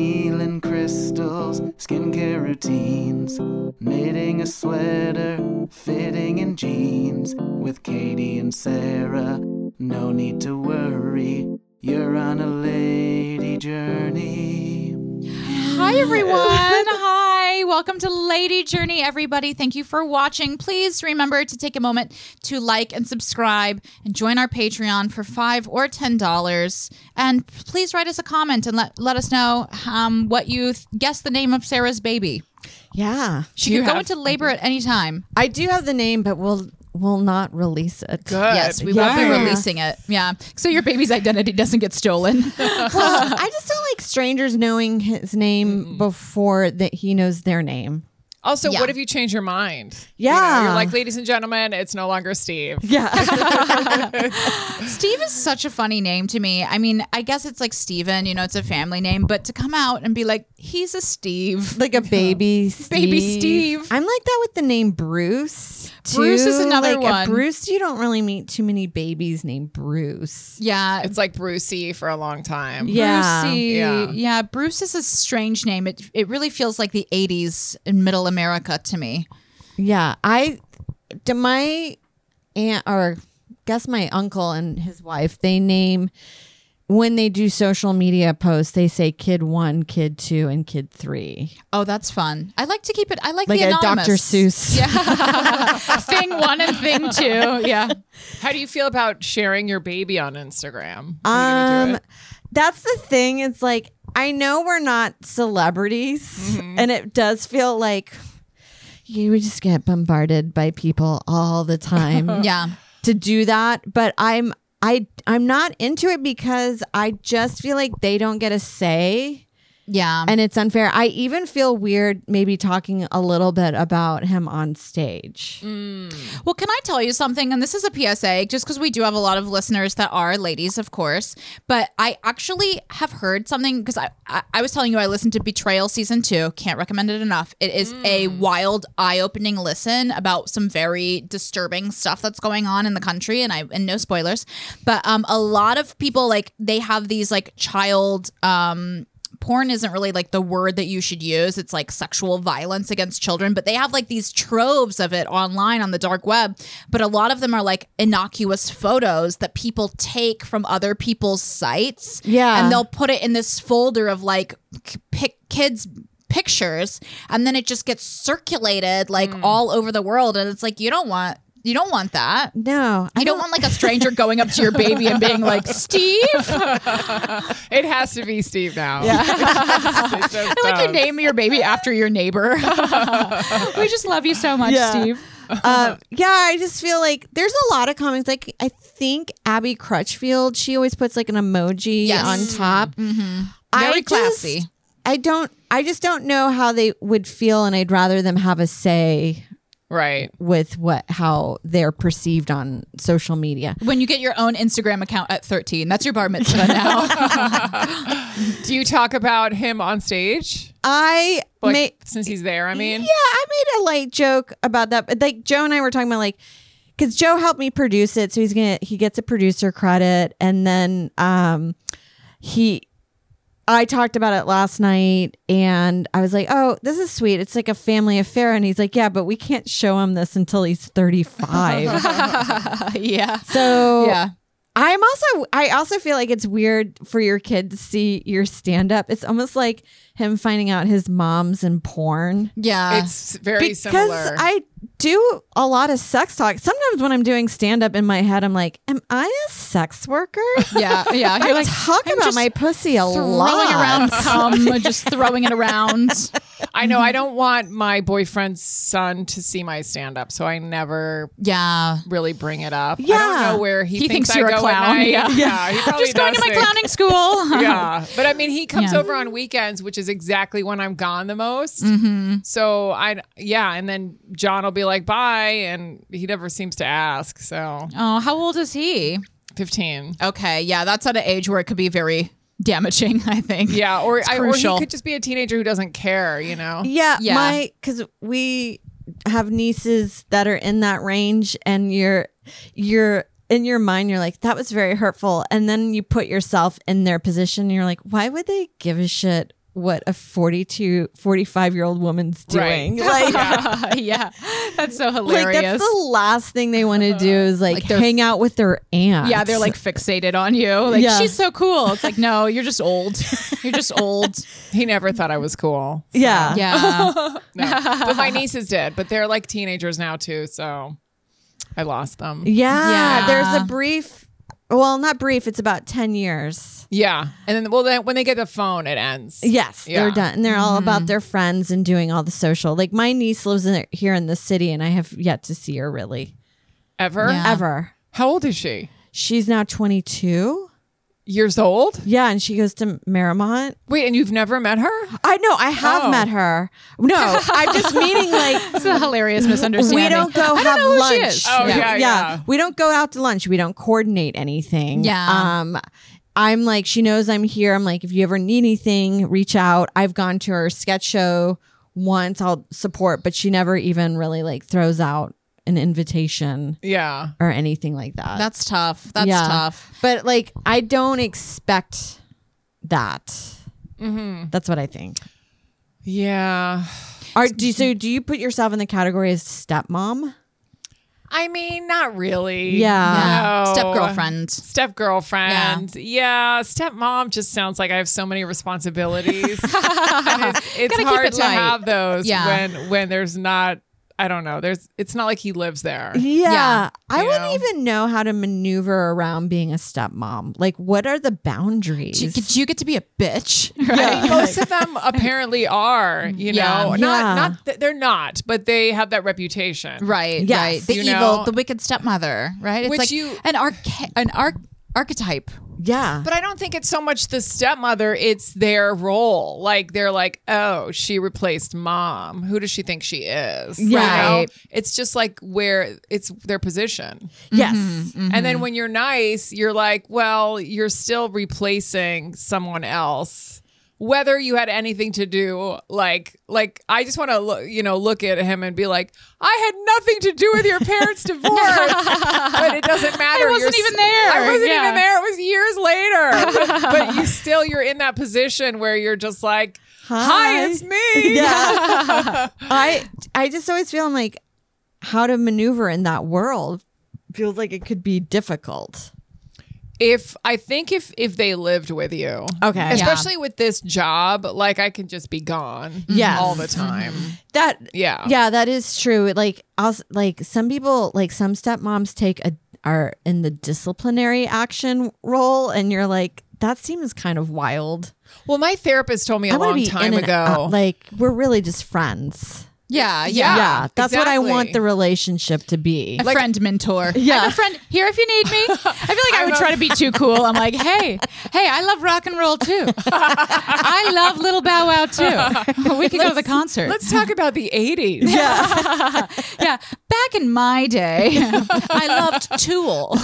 Healing crystals, skincare routines, knitting a sweater, fitting in jeans. With Katie and Sarah, no need to worry, you're on a lady journey. Hi, everyone. Hi. Welcome to Lady Journey, everybody. Thank you for watching. Please remember to take a moment to like and subscribe and join our Patreon for five or ten dollars. And please write us a comment and let, let us know um, what you th- guessed the name of Sarah's baby. Yeah. She could go into labor at any time. I do have the name, but we'll we'll not release it. Good. Yes, we will be Yeah. releasing it. Yeah. So your baby's identity doesn't get stolen. Well, I just don't like strangers knowing his name before that he knows their name. Also, Yeah. what if you change your mind? Yeah. You are like, ladies and gentlemen, it's no longer Steve. Yeah. Steve is such a funny name to me. I mean, I guess it's like Steven, you know, it's a family name, but to come out and be like, he's a Steve. like a baby Steve. Baby Steve. I'm like that with the name Bruce. Bruce is too. another like one. A Bruce, you don't really meet too many babies named Bruce. Yeah. It's like Brucey for a long time. Yeah. Brucey. Yeah. Yeah. Bruce is a strange name. It it really feels like the 80s in middle America to me. Yeah. I do my aunt or guess my uncle and his wife, they name when they do social media posts, they say kid one, kid two, and kid three. Oh, that's fun. I like to keep it I like, Like the a anonymous. Dr. Seuss. Yeah. thing 1 and thing 2. Yeah. How do you feel about sharing your baby on Instagram? Are you gonna do Um, it? that's the thing. It's like I know we're not celebrities, Mm-hmm. and it does feel like you would just get bombarded by people all the time Yeah. to do that. But I'm I I'm not into it because I just feel like they don't get a say. Yeah. And it's unfair. I even feel weird maybe talking a little bit about him on stage. Mm. Well, can I tell you something? And this is a PSA, just because we do have a lot of listeners that are ladies, of course. But I actually have heard something because I, I I was telling you I listened to Betrayal season two. Can't recommend it enough. It is a wild, eye-opening listen about some very disturbing stuff that's going on in the country, and I and no spoilers. But um, a lot of people like they have these like child um porn isn't really like the word that you should use. It's like sexual violence against children, but they have like these troves of it online on the dark web. But a lot of them are like innocuous photos that people take from other people's sites. Yeah. And they'll put it in this folder of like k- pic- kids pictures and then it just gets circulated like Mm. all over the world and it's like you don't want you don't want that. No, I You don't want like a stranger going up to your baby and being like, "Steve, It has to be Steve now. Yeah. I like you name your baby after your neighbor. we just love you so much, Yeah. Steve. uh, yeah, I just feel like there's a lot of comments. Like I think Abby Crutchfield, she always puts like an emoji Yes. Mm-hmm. on top. I Very just- classy. I don't. I just don't know how they would feel, and I'd rather them have a say Right. with what how they're perceived on social media. When you get your own Instagram account at 13, that's your bar mitzvah now. Do you talk about him on stage? I Like, may, since he's there, I mean. yeah, I made a light joke about that, but like Joe and I were talking about like because Joe helped me produce it, so he's gonna he gets a producer credit, and then um he. I talked about it last night and I was like, oh, this is sweet. It's like a family affair. And he's like, yeah, but we can't show him this until he's 35. yeah. so Yeah. I'm also, I also feel like it's weird for your kid to see your stand up. It's almost like him finding out his mom's in porn Yeah. It's very because similar. I do a lot of sex talk. Sometimes when I'm doing stand up in my head, I'm like, "Am I a sex worker?" yeah. Yeah. I You're like talk I'm about just my pussy a throwing lot. around cum, just throwing it around. I know Mhm. I don't want my boyfriend's son to see my stand up, so I never Yeah. really bring it up. I Yeah. don't know where he, He thinks I you're a go at clown, night. yeah. yeah. he probably Just going to does my think- clowning school. yeah. But I mean, he comes Yeah. over on weekends, which is exactly when I'm gone the most. Mm-hmm. So I, yeah. And then John will be like, bye. And he never seems to ask. So Oh, how old is he? 15. Okay. Yeah. That's at an age where it could be very damaging, I think. Yeah. Or, I, or he crucial. could just be a teenager who doesn't care, you know? Yeah, Yeah. my because we have nieces that are in that range, and you're you're in your mind, you're like, "That was very hurtful," and then you put yourself in their position, and you're like, "Why would they give a shit?" what a 42 45 year old woman's doing like yeah, that's so like hilarious. that's the last thing they want to do is like, Like, they're- hang out with their aunt yeah, they're like fixated on you. Like Yeah. she's so cool. It's like no, you're just old. You're just old. He never thought I was cool. yeah Yeah. No. but my nieces did, but they're like teenagers now too, so I lost them. yeah Yeah. there's a brief well not brief it's about 10 years Yeah. And then well then when they get the phone it ends. yes they're Yeah. done and they're all about their friends and doing all the social like my niece lives in, here in the city and i have yet to see her really Ever? Yeah. ever How old is she? she's now 22 Years old? yeah and she goes to Marymount Wait, and you've never met her? I know I have Oh. met her. No, I'm just meaning like It's a hilarious misunderstanding. we don't go I have don't know who lunch. She is. Oh, yeah, yeah. We don't go out to lunch. We don't coordinate anything. Yeah. Um I'm like she knows I'm here. I'm like if you ever need anything, reach out. I've gone to her sketch show once. I'll support, but she never even really like throws out an invitation Yeah. or anything like that. That's tough. That's Yeah. tough. But like I don't expect that. Mm-hmm. That's what I think. Yeah. Are do so? Do you put yourself in the category as stepmom? I mean, not really. Yeah. No. Um, Step girlfriend. Step girlfriend. Yeah. Stepmom just sounds like I have so many responsibilities. And it's it's keep hard it to light. have those Yeah. when when there's not I don't know. There's it's not like he lives there. Yeah, Yeah. I You wouldn't know? even know how to maneuver around being a stepmom. Like, what are the boundaries? Do you, do you get to be a bitch? Right? Most of them apparently are, you Yeah. know, not Yeah. not th- they're not, but they have that reputation. Right, Yes. right. The You evil, know? the wicked stepmother, right? It's Which like you- an archa- an arch archetype. yeah, But I don't think it's so much the stepmother, it's their role. Like they're like, oh, she replaced mom. Who does she think she is? You know? Right. It's just like where it's their position. yes, And Mm-hmm. then when you're nice, you're like, well, you're still replacing someone else. Whether you had anything to do, like, like I just want to, lo- you know, look at him and be like, I had nothing to do with your parents' divorce, but it doesn't matter. I wasn't You're even there. I wasn't Yeah. even there. It was years later, but, but you still you're in that position where you're just like, hi, Hi. it's me. yeah. I I just always feel I'm like how to maneuver in that world feels like it could be difficult. if I think if if they lived with you, Okay. Yeah. especially with this job, like I can just be gone, Yes. Mm-hmm. all the time. That Yeah. yeah, that is true. It, Like, I'll, like some people, like some stepmoms take a are in the disciplinary action role, and you're like, that seems kind of wild. Well, my therapist told me a I wanna long time in and ago. out. Like we're really just friends. Yeah, Yeah. yeah. yeah, that's what I exactly. want the relationship to be. A friend mentor. Yeah. I'm a friend here if you need me. I feel like I would try to be too cool. I'm like, hey, hey, I love rock and roll too. I love Little Bow Wow too. We could go to the concert. Let's talk about the '80s. yeah. Back in my day, I loved Tool.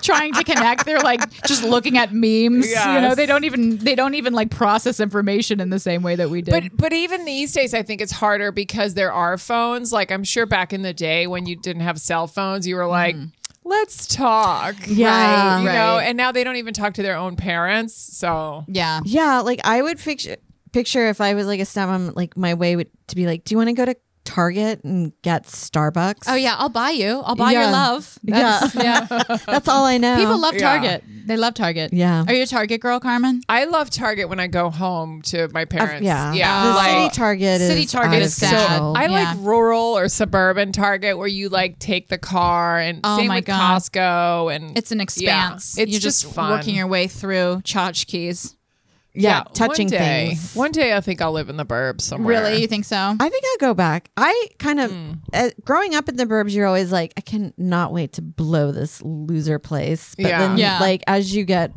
Trying to connect, they're like just looking at memes. You know, Yes. they don't even they don't even like process information in the same way that we did. But but even these days, I think it's harder because there are phones. Like I'm sure back in the day when you didn't have cell phones, you were like, "Let's talk," Mm-hmm. Yeah. you know. Right. And now they don't even talk to their own parents. So yeah. yeah, like I would picture picture if I was like a stepmom, like my way would to be like, do you want to go to Target and get Starbucks? Oh yeah, I'll buy you. I'll buy Yeah. your love. That's, yeah. that's all I know. People love Yeah. Target. They love Target. Yeah. Are you a Target girl, Carmen? I love Target when I go home to my parents. yeah, yeah. The like- city Target, City is Target out is of sad. control. I Yeah. like rural or suburban Target where you like take the car and Oh same my with God. Costco and It's an expanse. Yeah, it's You're just, just, fun. working your way through tchotchkes. yeah, touching one day, things. One day I think I'll live in the burbs somewhere. Really? You think so? I think I go back. I kind of uh, growing up in the burbs, you're always like, I cannot wait to blow this loser place. But Yeah. then, Yeah. like as you get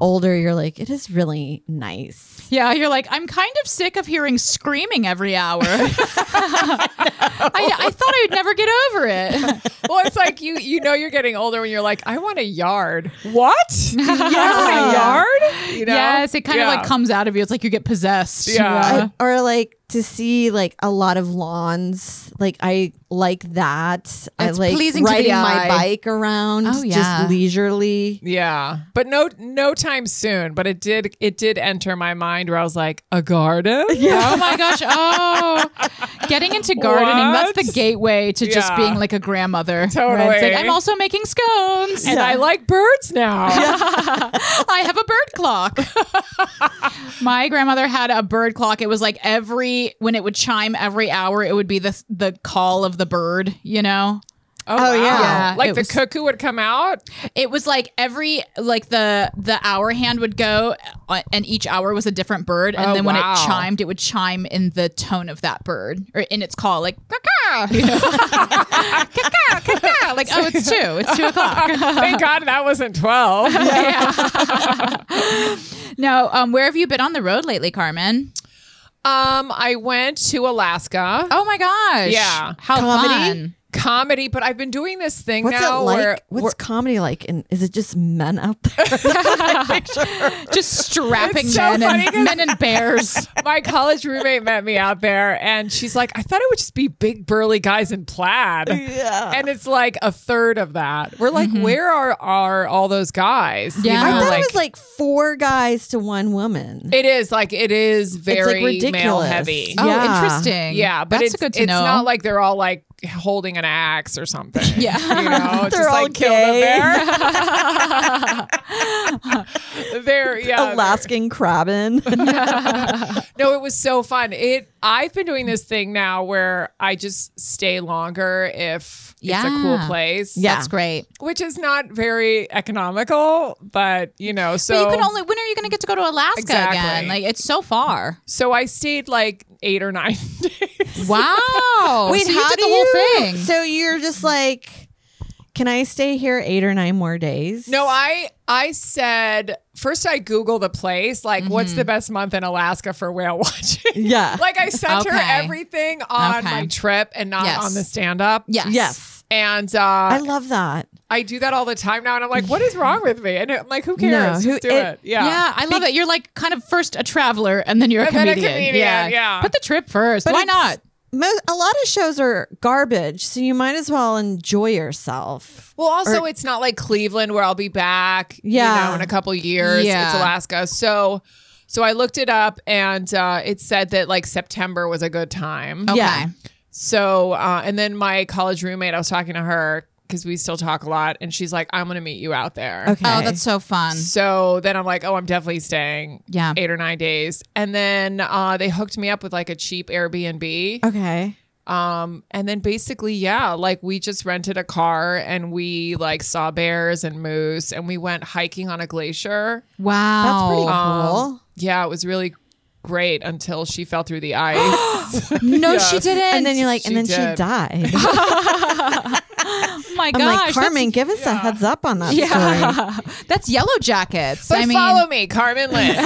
older, you're like, it is really nice. Yeah, you're like, I'm kind of sick of hearing screaming every hour. I, I thought I would never get over it. well, it's like you you know you're getting older when you're like, I want a yard. What? Yeah. I want a yard? You know? Yes, it kind Yeah. of like comes out of you. uh, It's like you get possessed. Yeah. I- or like to see like a lot of lawns. Like I like that. I It's like pleasing to the riding my eye. bike around Oh, yeah. just leisurely. Yeah, but no, no time soon. But it did, it did enter my mind where I was like, a garden. Oh my gosh. Oh. Getting into gardening, that's the What? gateway to just Yeah. being like a grandmother. Totally. Where it's like, I'm also making scones. And I like birds now. I have a bird clock. My grandmother had a bird clock. It was like every when it would chime every hour, it would be the the call of the bird, you know? Oh, yeah. Yeah, like it the was- cuckoo would come out. It was like every like the the hour hand would go uh, and each hour was a different bird and Oh, then when wow. it chimed it would chime in the tone of that bird or in its call like caca caca caca like oh it's two it's two o'clock Thank God that wasn't twelve. no um where have you been on the road lately Carmen Um, I went to Alaska. oh my gosh Yeah. how Comedy? fun Comedy, but I've been doing this thing What's now it like? where What's where- comedy like? And is it just men out there? just strapping It's so men and funny 'cause- men and bears my college roommate met me out there and she's like, I thought it would just be big burly guys in plaid. Yeah. Mm-hmm. And it's like a third of that. We're like, where are, are all those guys? You Yeah. I Uh, thought know, it was like four guys to one woman. it is like it is very male ridiculous. heavy. oh Yeah. interesting Yeah, but that's it's, good to it's know not like they're all like holding an axe or something. Yeah. You Oh, know, it's They're just all like kill gay. them there. they're yeah. they're- Alaskan crabbing. No, it was so fun. It I've been doing this thing now where I just stay longer if it's a cool Yeah. place. Yeah. that's great Which is not very economical, but you know, so but you can only. When are you going to get to go to Alaska Exactly. again? Like it's so far. so I stayed like eight or nine days. Wow. Oh, so you did the whole thing? So you're just like, can I stay here eight or nine more days? No, I I said first I Google the place, like what's the best month in Alaska for whale watching? Yeah. like I sent Okay. her everything on Okay. my trip and not Yes. on the stand up. yes. yes. And uh, I I, love that. do that all the time now, and I'm like, what is wrong with me? And I'm like, who cares? No, Just who- do it- it. Yeah. Yeah. I love it. You're like kind of first a traveler and then you're a, And then a comedian. comedian, yeah. Put the trip first. Why it's- not? Mo- a lot of shows are garbage, so you might as well enjoy yourself. Well, also, Or- it's not like Cleveland where I'll be back, Yeah. you know, in a couple years. Yeah. It's Alaska. So, so I looked it up and uh, it said that like September was a good time. Okay. Yeah. So, uh, and then my college roommate, I was talking to her because we still talk a lot, and she's like, I'm going to meet you out there. Okay. Oh, that's so fun. So then I'm like, oh, I'm definitely staying Yeah. eight or nine days. And then uh, they hooked me up with like a cheap Airbnb. Okay. Um, and then basically, yeah, like we just rented a car and we like saw bears and moose and we went hiking on a glacier. Um, That's pretty Wow. cool. Yeah, it was really great until she fell through the ice. no, Yes. she didn't. and then you're like, and she then she did. died. oh my I'm like, gosh. Carmen, that's- give us a heads up on that story. yeah. that's yellow jackets. but I mean, follow me, Carmen Lynch.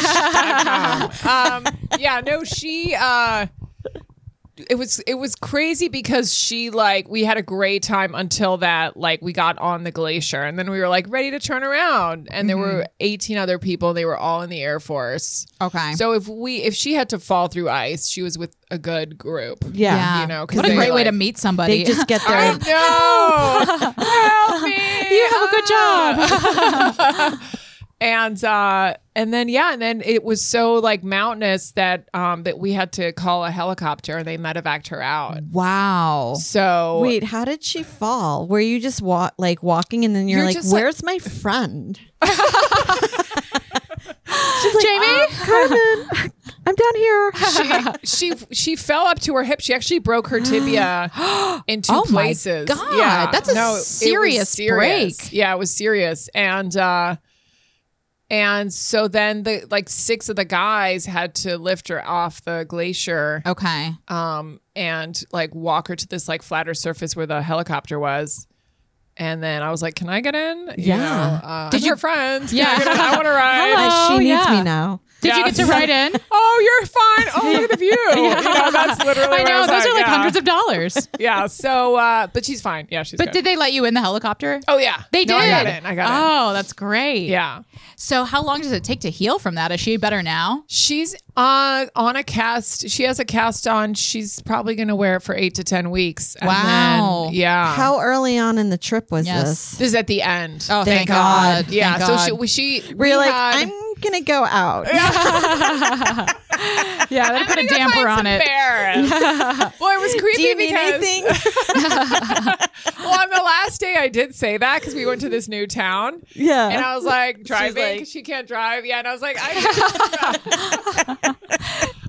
um, yeah, no, she. Uh, it was it was crazy because she like we had a great time until that like we got on the glacier and then we were like ready to turn around and there Mm-hmm. were 18 other people and they were all in the air force okay. so if we if she had to fall through ice she was with a good group Yeah. yeah. you know, 'cause what a they, great way like- to meet somebody. They just get I their know. Help me. you have a good job. and uh and then yeah and then it was so like mountainous that um that we had to call a helicopter and they medevaced her out Mm. wow. so Wait, how did she fall? Were you just walk like walking, and then you're, You're like, just like- "Where's my friend?" Jamie? "Uh, Carmen, I'm down here. she she fell up to her hip she actually broke her tibia in two Oh my places God, yeah that's a No, it was serious serious. break. yeah it was serious and uh and so then the like six of the guys had to lift her off the glacier Okay. um, and like walk her to this like flatter surface where the helicopter was. And then I was like, "Can I get in? You Yeah. know, uh, Did I'm you- your friend? Yeah. Yeah, I want to ride. Hello. Like, she needs yeah. me now. Did you Yeah. get to write in? Oh, you're fine. Oh, look at the view. You know, that's literally. I what know was those are like yeah. hundreds of dollars. Yeah. So, uh, but she's fine. Yeah, she's. But good. did they let you in the helicopter? Oh yeah, They did. No, I got it. I got it. Oh, that's great. Yeah. So how long does it take to heal from that? Is she better now? She's uh, on a cast. She has a cast on. She's probably going to wear it for eight to 10 weeks. And Wow. Then, yeah. How early on in the trip was Yes. this? This is at the end. Oh, thank, Thank God. God. yeah. Thank so God. she, we- she, We're we like, had- I'm gonna go out. yeah, that put a damper on it. Embarrassed. well, it was creepy Do you need because anything? well, on the last day I did say that because we went to this new town. yeah. And I was like driving like- 'cause she can't drive. Yeah, and I was like, I,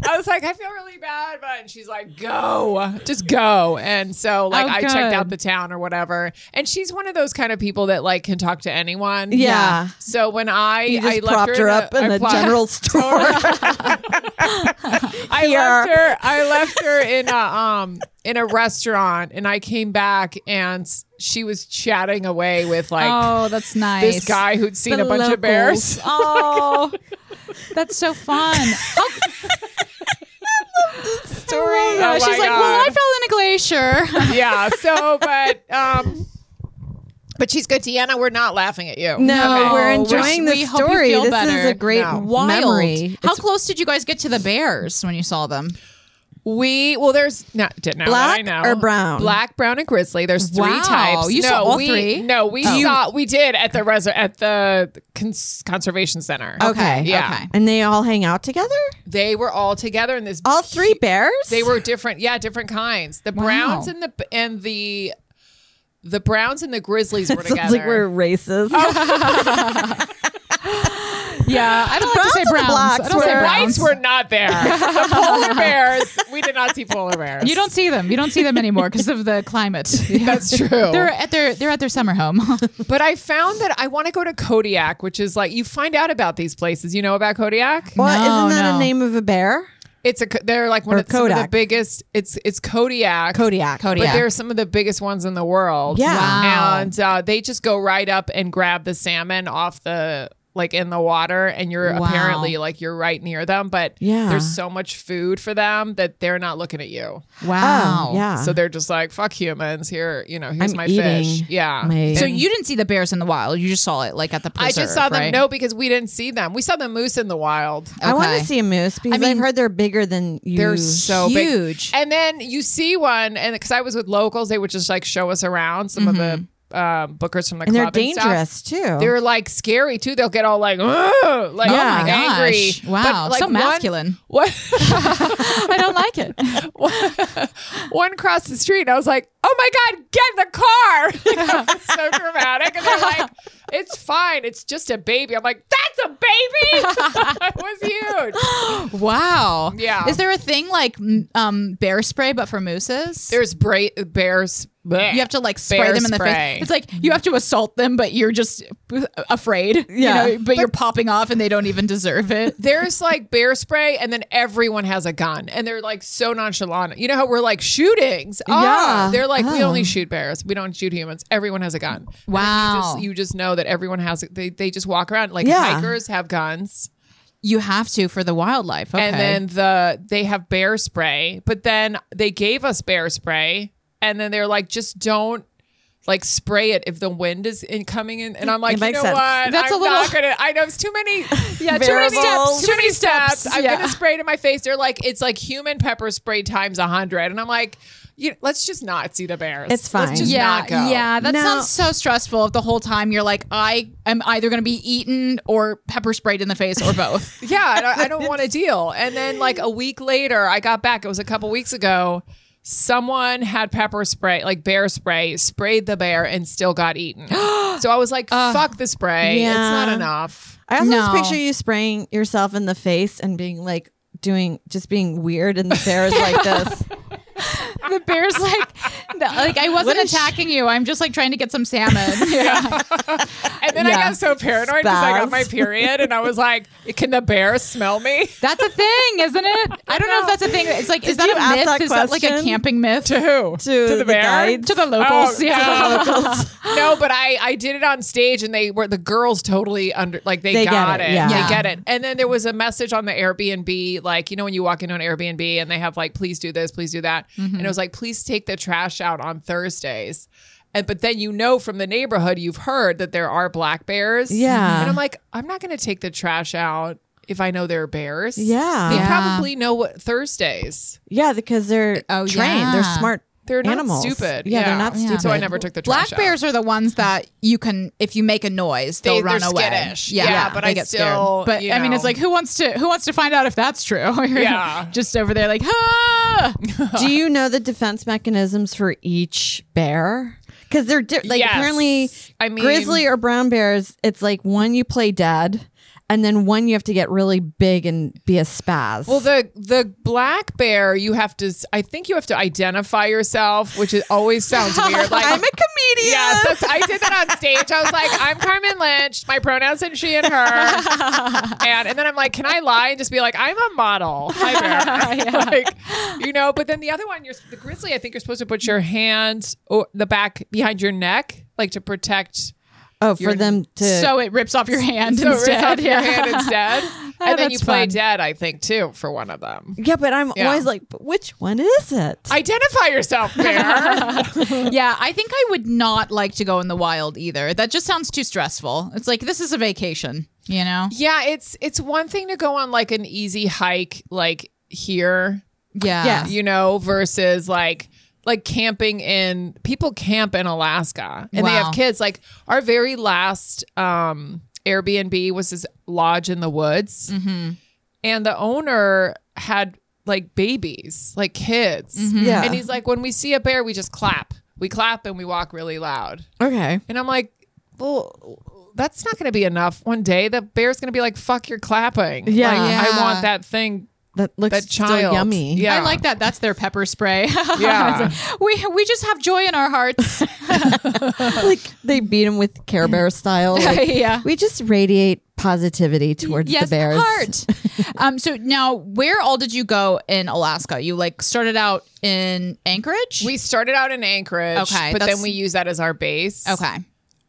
I was like, I feel really bad, but and she's like, go, just go. And so like Oh, I checked out good. the town or whatever. And she's one of those kind of people that like can talk to anyone. Yeah. So when I you just I left propped her, in up a- in I the plopped- general store. I Here. left her. I left her in a um in a restaurant, and I came back and she was chatting away with like. Oh, that's nice. This guy who'd seen a bunch of bears. Oh, that's so fun. Oh, story. Oh Uh, she's my like, well, God. I fell in a glacier. yeah. So, but um, but she's good, Deanna. We're not laughing at you. No, No, we're Oh, we're- enjoying we the hope you story. feel This is better. a great No. Wild. memory. How It's close did you guys get to the bears when you saw them? We well, there's not didn't know Black I know or brown? black, brown, and grizzly. There's three Wow, types. you no, saw all we, three? No, we saw we did at the res- at the cons- conservation center. Okay. yeah, Okay. and they all hang out together. they were all together in this. All three bears. They were different. Yeah, different kinds. The browns and the and the the browns and the grizzlies were together. Oh, Sounds like we're racist. Yeah, I don't like to say Browns and browns. I the blacks don't say were- the browns. whites were not there. The polar bears. We did not see polar bears. You don't see them. You don't see them anymore because of the climate. That's true. They're at their they're at their summer home. But I found that I want to go to Kodiak, which is like you find out about these places. You know about Kodiak? Well, No, isn't that a no. name of a bear? It's a they're like one Oh. Or of, some of the Kodak. biggest. It's it's Kodiak. Kodiak. But they're some of the biggest ones in the world. Yeah. Wow. And uh, they just go right up and grab the salmon off the like in the water and you're Wow. apparently like you're right near them, but Yeah. there's so much food for them that they're not looking at you. wow. Oh, yeah. So they're just like, fuck humans. Here, you know, here's I'm my eating fish. Yeah. my- So you didn't see the bears in the wild. You just saw it like at the I preserve. just saw them right? no because we didn't see them. We saw the moose in the wild. I want Okay. to see a moose because I have mean, heard they're bigger than you. They're so big. huge. And then you see one, and because I was with locals, they would just like show us around some of the um, bookers from the Mm-hmm. and they're club. dangerous stuff. too. They're like scary too. They'll get all like, "Ugh," like Yeah. Oh my gosh. angry. Wow, so one- masculine. One, I don't like it. one crossed the street, and I was like, "Oh my god, get in the car!" Like, I was so dramatic, and they're like, "It's fine. It's just a baby." I'm like, "That's a baby." it was huge. Wow. Yeah. Is there a thing like m- um, bear spray but for mooses? There's bra- bears. you have to like spray Bear them in the spray. face. It's like you have to assault them, but you're just afraid. Yeah. You know, but, you're popping off and they don't even deserve it. There's like bear spray, and then everyone has a gun, and they're like so nonchalant. You know how we're like shootings. Oh, Yeah. they're like we Oh. only shoot bears. We don't shoot humans. Everyone has a gun. Wow. You just, you just know that everyone has. They they just walk around like Yeah. hikers have guns, You have to for the wildlife. Okay. and then the they have bear spray. But then they gave us bear spray, and then they're like just don't. Like spray it if the wind is in coming in, and I'm like, It you makes know sense. what? That's I'm a little- not gonna. I know it's too many. yeah, too many steps, Variables. too many steps. I'm yeah. gonna spray to my face. They're like, it's like human pepper spray times a hundred, and I'm like, you, let's just not see the bears. It's fine. Let's just yeah, not go. yeah. That No. sounds so stressful. If the whole time you're like, I am either going to be eaten or pepper sprayed in the face or both. yeah. I don't, I don't want to deal. And then like a week later, I got back. It was a couple weeks ago. Someone had pepper spray, like bear spray, sprayed the bear and still got eaten. so I was like, fuck the spray. It's not yeah. enough. I also just No. picture you spraying yourself in the face and being like doing just being weird, and the bear is like this. the bear's like, no, like I wasn't attacking you. I'm just like trying to get some salmon. Yeah. And then I Yeah. got so paranoid because I got Spaz. my period and I was like, can the bear smell me? That's a thing, isn't it? I don't know if that's a thing. It's like, is that you ask a myth? that Is that like a question? camping myth? To who? To the, the bear? guides. To the locals. Oh, yeah. yeah. no, but I I did it on stage and they were the girls totally under like they, They get got it, it. yeah. Yeah. They get it. And then there was a message on the Airbnb like you know when you walk into an Airbnb and they have like please do this, please do that. And Mm-hmm. it was like please take the trash out on Thursdays. And but then you know from the neighborhood you've heard that there are black bears. Yeah. And I'm like I'm not going to take the trash out if I know there are bears. Yeah. They Yeah. probably know what Thursdays. Yeah, because they're Oh, trained. They're yeah. smart. They're not animals. stupid. Yeah, they're Yeah. not Yeah. stupid. So I never took the trash Black out. bears are the ones that you can, if you make a noise, they'll They- run they're away. skittish. Yeah, but they I get still, But you I mean, it's know. like who wants to who wants to find out if that's true? You're Yeah. just over there, like, ah! Do you know the defense mechanisms for each bear? Because they're di- like Yes. apparently I mean- grizzly or brown bears. It's like one you play dead, and then one you have to get really big and be a spaz. Well, the the black bear, you have to. I think you have to identify yourself, which is, always sounds weird. Like I'm a comedian. Yes, that's, I did that on stage. I was like, I'm Carmen Lynch. My pronouns are she and her. And and then I'm like, can I lie and just be like, I'm a model. Hi, bear. Like, you know. But then the other one, you're the grizzly. I think you're supposed to put your hands or the back behind your neck, like to protect. oh, for them to so it rips off your hand So it rips instead. off your Yeah. hand instead. And then that's you play fun. dead, I think, too, for one of them. yeah. But I'm Yeah. always like, but which one is it? Identify yourself, bear. yeah, I think I would not like to go in the wild either. That just sounds too stressful. It's like this is a vacation, you know? Yeah, it's it's one thing to go on like an easy hike like here, uh, Yeah. Yeah. you know, versus like like camping in people camp in Alaska and they Wow. have kids. Like our very last um Airbnb was this lodge in the woods. And the owner had like babies, like kids. Mm-hmm. Yeah. And he's like, when we see a bear, we just clap. We clap and we walk really loud. okay. And I'm like, well, that's not going to be enough. One day the bear's going to be like, fuck your clapping. Yeah. Like, Yeah. I want that thing. That looks That so child. yummy. Yeah. I like that. That's their pepper spray. Yeah. we we just have joy in our hearts. like they beat him with Care Bear style. Like, yeah. We just radiate positivity towards Yes, the bears. heart. um, so now, where all did you go in Alaska? You like started out in Anchorage. We started out in Anchorage, Okay, but that's- then we used that as our base. okay.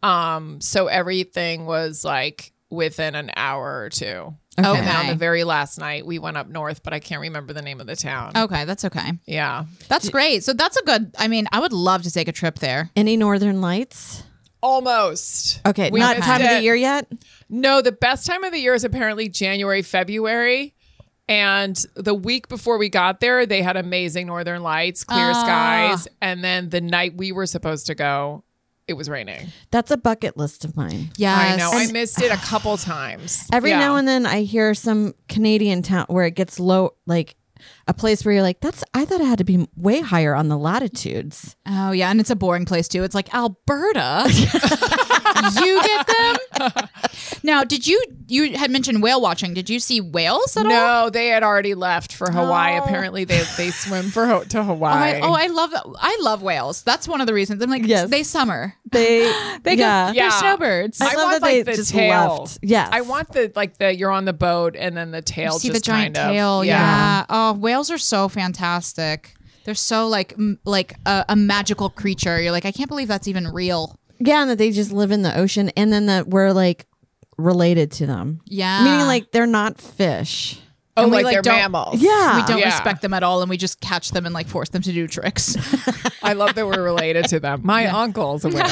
Um, so everything was like within an hour or two. Okay. And then on the very last night, we went up north, but I can't remember the name of the town. Okay, that's okay. Yeah. That's great. So that's a good. I mean, I would love to take a trip there. Any northern lights? Almost. Okay, not missed time of it. the year yet. No, the best time of the year is apparently January, February. And the week before we got there, they had amazing northern lights, Ah. clear skies. And then the night we were supposed to go, it was raining. That's a bucket list of mine. Yes. I know. I missed it a couple times. Every Yeah. now and then I hear some Canadian town where it gets low, like a place where you're like, that's, I thought it had to be way higher on the latitudes. Oh yeah, and it's a boring place too. It's like Alberta. you get them. Now, did you you had mentioned whale watching? Did you see whales at all? No, they had already left for Hawaii. Oh. Apparently, they they swim for Ho- to Oh, I, Hawaii. oh, I love I love whales. That's one of the reasons. I'm like, Yes. they summer. They, They go, yeah. they're Yeah. snowbirds. I I love want that like they the just tail. left. Yes. I want the like the you're on the boat and then the tail. see the just giant kind of- tail. Yeah. Oh, whales are so fantastic. They're so like m- like a, a magical creature. You're like, I can't believe that's even real. Yeah. And that they just live in the ocean and then that we're like related to them. Yeah. Meaning like they're not fish. Oh, And we, like, like, they're don't- mammals. Yeah. we don't Uh, Yeah. respect them at all, and we just catch them and like force them to do tricks. I love that we're related to them. My uncle's a whale.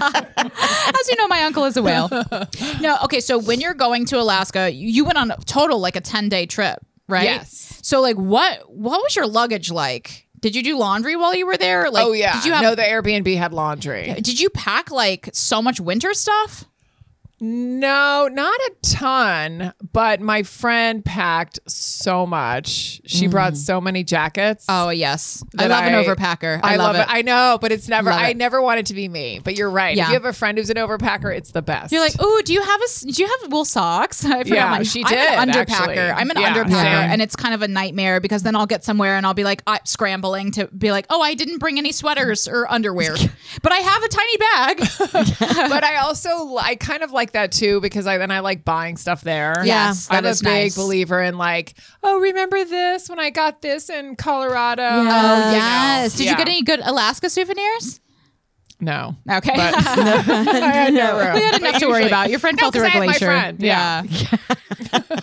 As you know, my uncle is a whale. No, okay. So when you're going to Alaska, you went on a total like a ten day trip, right? Yes. So like, what what was your luggage like? Did you do laundry while you were there? Like, oh yeah. Did you have? no, the Airbnb had laundry. did you pack like so much winter stuff? No, not a ton, but my friend packed so much. She brought so many jackets. Mm. Oh yes, I that love an overpacker. I, love, it. I know, but it's never. Love I it. never want it to be me. But you're right. Yeah. If you have a friend who's an overpacker, it's the best. You're like, oh, do you have a? s- Do you have wool socks? I forgot Yeah, mine. she I'm an did, underpacker. actually. I'm an Yeah, underpacker, same. and it's kind of a nightmare because then I'll get somewhere and I'll be like I, scrambling to be like, oh, I didn't bring any sweaters or underwear, but I have a tiny bag. Oh, but I also I kind of like that too because I then I like buying stuff there. Yes, I'm that a is big nice. believer in like, oh, remember this when I got this in Colorado? Yeah. Oh You know? yes. Did Yeah. you get any good Alaska souvenirs? No. Okay. But I had no room. We had enough to worry about. Your friend No, felt the 'cause I had my glacier. friend. Yeah.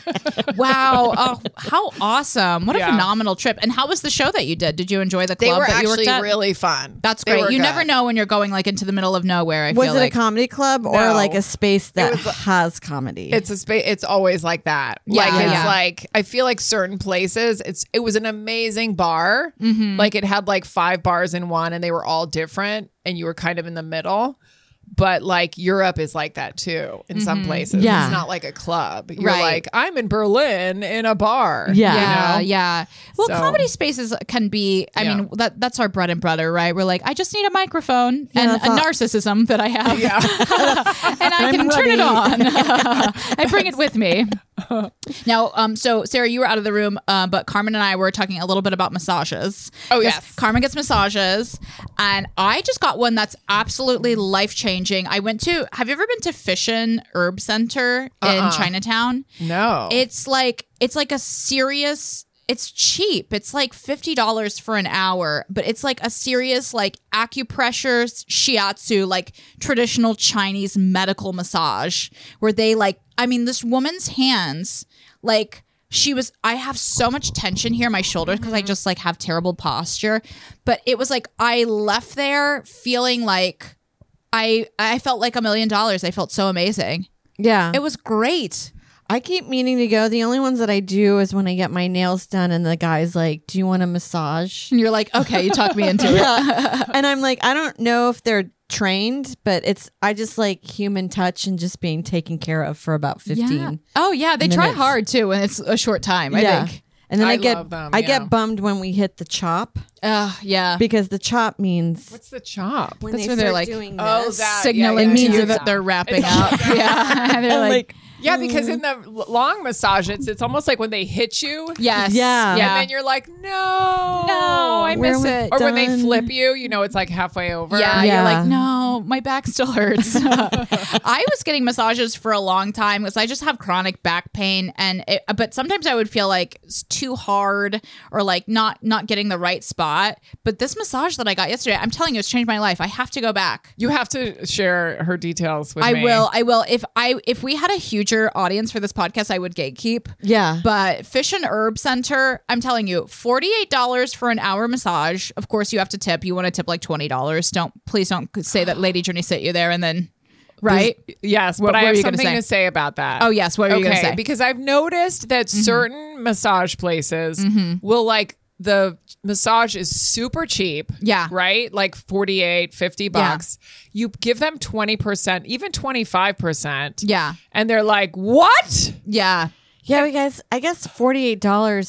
wow. Oh, how awesome! What a Yeah. phenomenal trip! And how was the show that you did? Did you enjoy the club that you worked at? really fun. That's They great. were You never good. know when you're going like into the middle of nowhere. I Was feel it like. a comedy club or No. like a space that was- has comedy? It's a space. It's always like that. Yeah, like it's yeah. like I feel like certain places. It's it was an amazing bar. Mm-hmm. Like it had like five bars in one, and they were all different, and you were kind of in the middle. But like Europe is like that too in some places. Yeah. It's not like a club. You're Mm-hmm. Right. like I'm in Berlin in a bar. Yeah. you yeah, know? yeah. Well, So- comedy spaces can be. I Yeah. mean, that that's our bread and butter, right? We're like, I just need a microphone and that's a all- narcissism that I have, and I I'm can turn it ready. on. I bring it with me. Now, um, so Sarah, you were out of the room, uh, but Carmen and I were talking a little bit about massages. Oh, 'Cause yes. Carmen gets massages, and I just got one that's absolutely life changing. I went to. Have you ever been to Fission Herb Center Uh-uh. in Chinatown? No. It's like it's like a serious it's cheap. It's like $50 for an hour, but it's like a serious like acupressure shiatsu like traditional Chinese medical massage where they like I mean this woman's hands like she was I have so much tension here in my shoulders because I just like have terrible posture, but it was like I left there feeling like I I felt like a million dollars. I felt so amazing. yeah. It was great. I keep meaning to go. The only ones that I do is when I get my nails done and the guy's like, Do you want a massage? Uh, And you're like, okay, you talked me into it. and I'm like, I don't know if they're trained, but it's, I just like human touch and just being taken care of for about 15. Oh yeah, they try minutes. hard too, and it's a short time. I yeah. think. And then I, I get love them, I yeah. get bummed when we hit the chop Uh, yeah. because the chop means What's the chop? when That's they when they're start like, doing "Oh, this, that- Signaling yeah, to yeah, you yeah. that they're wrapping up. yeah, And they're I'm like, like, Yeah, because in the l- long massage, it's it's almost like when they hit you. yes, Yeah. yeah. And then you're like, no, no, I Where miss was- it. Or when they Done. flip you, you know, it's like halfway over. Yeah, Yeah. you're like, no, my back still hurts. I was getting massages for a long time because I just have chronic back pain, and it, but sometimes I would feel like it's too hard or like not not getting the right spot. But this massage that I got yesterday, I'm telling you, it's changed my life. I have to go back. You have to share her details with I me. will. I will. If I if we had a huger audience for this podcast, I would gatekeep. yeah. But Fish and Herb Center, I'm telling you, forty eight dollars for an hour massage. Of course, you have to tip. You want to tip like twenty dollars. Don't please don't say that Lady Journey sent you there and then, right? Yes, but what I were have you gonna something say? to say about that. Oh yes. What are you gonna say? Mm-hmm. Because I've noticed that certain massage places will like the massage is super cheap. Yeah. Right? Like 48, 50 bucks. You give them 20%, even 25%. yeah. And they're like, what? Yeah. Yeah, we guys, I guess $48,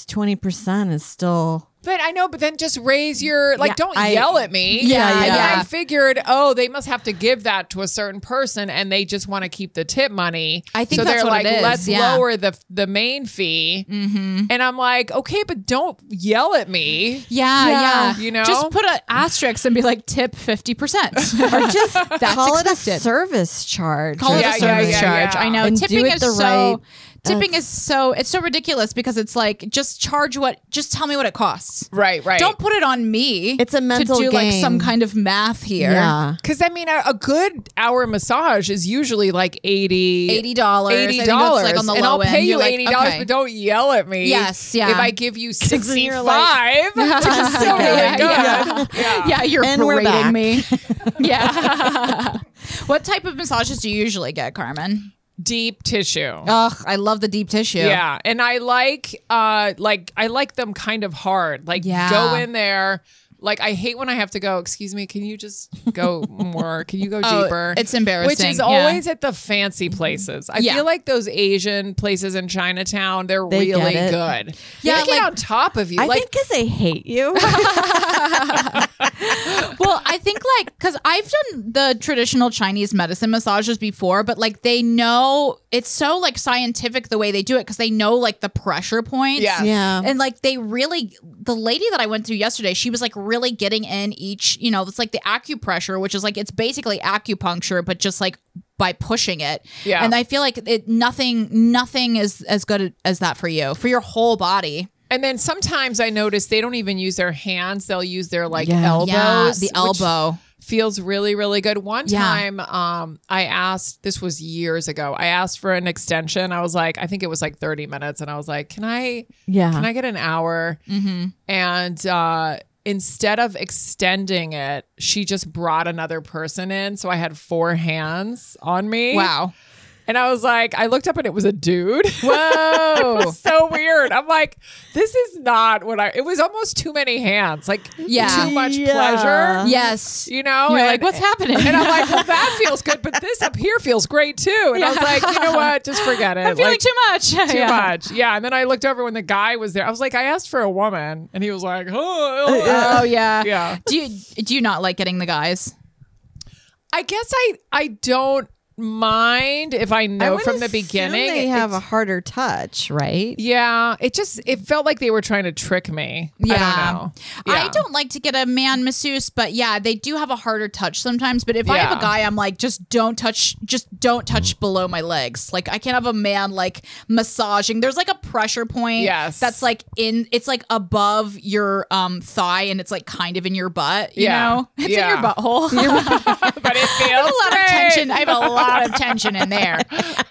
20% is still. But I know, but then just raise your like, Yeah, don't I- yell at me. Yeah, And yeah. I figured, oh, they must have to give that to a certain person, and they just want to keep the tip money. I think so. that's they're what like, it is, let's yeah. Mm-hmm. lower the the main fee, and I'm like, okay, but don't yell at me. Yeah, yeah, Yeah. You know? just put an asterisk and be like tip fifty percent. Or just call it expected. a service charge. Call or it Yeah, a yeah, service yeah, charge. yeah. I know And do tipping it is the so right- tipping is so it's so ridiculous because it's like just charge what just tell me what it costs. Right, right. Don't put it on me. It's a mental to do like game. some kind of math here. Yeah. because I mean, a, a good hour massage is usually like 80 Eighty dollars. Eighty dollars, Like on the and low I'll pay end. you You're like, eighty dollars, okay. but don't yell at me. Yes, yeah. If I give you then sixty you're like- five, it's still really Yeah, good. yeah. Yeah. Yeah, you're And we're berating back. me. yeah. what type of massages do you usually get, Carmen? Deep tissue. Ugh, I love the deep tissue. Yeah, and I like uh like I like them kind of hard. Like Yeah. go in there, Like I hate when I have to go. Excuse me. Can you just go more? Can you go Oh, deeper? it's embarrassing, Which is yeah. always at the fancy places. I Yeah. feel like those Asian places in Chinatown. They're They get really it. good. Yeah, they get like- on top of you. I like think because they hate you. well, I think like because I've done the traditional Chinese medicine massages before, but like they know it's so like scientific the way they do it because they know like the pressure points. Yeah. Yeah. And like they really, the lady that I went to yesterday, she was like really getting in each, you know, it's like the acupressure, which is like it's basically acupuncture, but just like by pushing it. Yeah. And I feel like it nothing nothing is as good as that for you for your whole body. And then sometimes I notice they don't even use their hands; they'll use their like Yeah. elbows. yeah, the which elbow. feels really, really good. One Yeah. time, um, I asked. This was years ago. I asked for an extension. I was like, I think it was like thirty minutes, and I was like, Can I? yeah. Can I get an hour? And uh, instead of extending it, she just brought another person in, so I had four hands on me. wow. And I was like, I looked up and it was a dude. Whoa. so weird. I'm like, this is not what I, it was almost too many hands, like Yeah. too much Yeah. pleasure. Yes. You know? You're And- like, what's happening? And I'm like, well, that feels good, but this up here feels great too. And I was like, you know what? Just forget it. I'm feeling too much. too Yeah. much. Yeah. And then I looked over when the guy was there. I was like, I asked for a woman. And he was like, oh, oh, oh. Oh yeah. Yeah. Do you do you not like getting the guys? I guess I, I don't mind if I I know would from the assume beginning. they have It's- a harder touch, right? Yeah, it just it felt like they were trying to trick me. Yeah. I don't know. I don't like to get a man masseuse, but yeah, they do have a harder touch sometimes. But if I have Yeah. Mm. a guy, I'm like, just don't touch, just don't touch below my legs. Like I can't have a man like massaging. There's like a pressure point, Yes. that's like in, it's like above your um thigh, and it's like kind of in your butt. You Yeah. know, it's Yeah. in your butthole. But it feels a lot of great. tension. I have a lot of tension in there.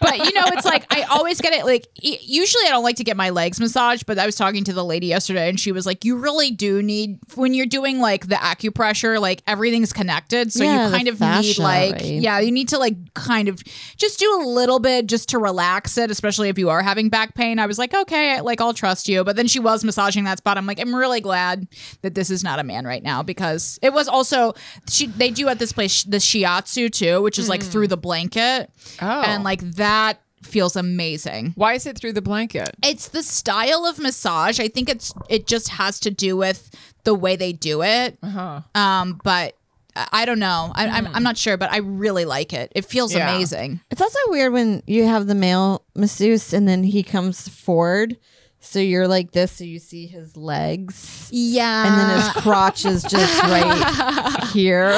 But you know, it's like I always get it. Like e- usually, I don't like to get my legs massaged, but I was talking to the lady yesterday, and she was like, "You really do need when you're doing like the acupressure, like everything's connected, so Yeah, you the kind of need fascia, like right? yeah, you need to like kind of just do a little bit just to relax it, especially if you are having back pain." I was like, "Okay, like I'll trust you," but then she was massaging that spot. I'm like, I'm really glad that this is not a man right now because it was also she they do at this place sh- the shiatsu too, which is like through the blanket, Oh. and like that feels amazing. Why is it through the blanket? It's the style of massage. I think it's it just has to do with the way they do it. Huh. Um, but I I don't know. I, I'm I'm not sure, but I really like it. It feels Hmm. Yeah. amazing. It's also weird when you have the male masseuse and then he comes forward. So you're like this, so you see his legs. Yeah, And then his crotch is just right here.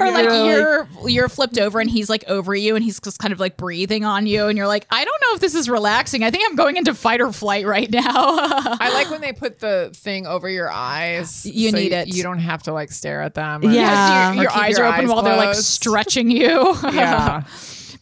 Or like You're you're you're flipped over and he's like over you and he's just kind of like breathing on you and you're like I don't know if this is relaxing. I think I'm going into fight or flight right now. I like when they put the thing over your eyes. You need you, it. You don't have to like stare at them. Yeah. Yes, Or your, your keep eyes your are open eyes while they're like closed. stretching you. Yeah.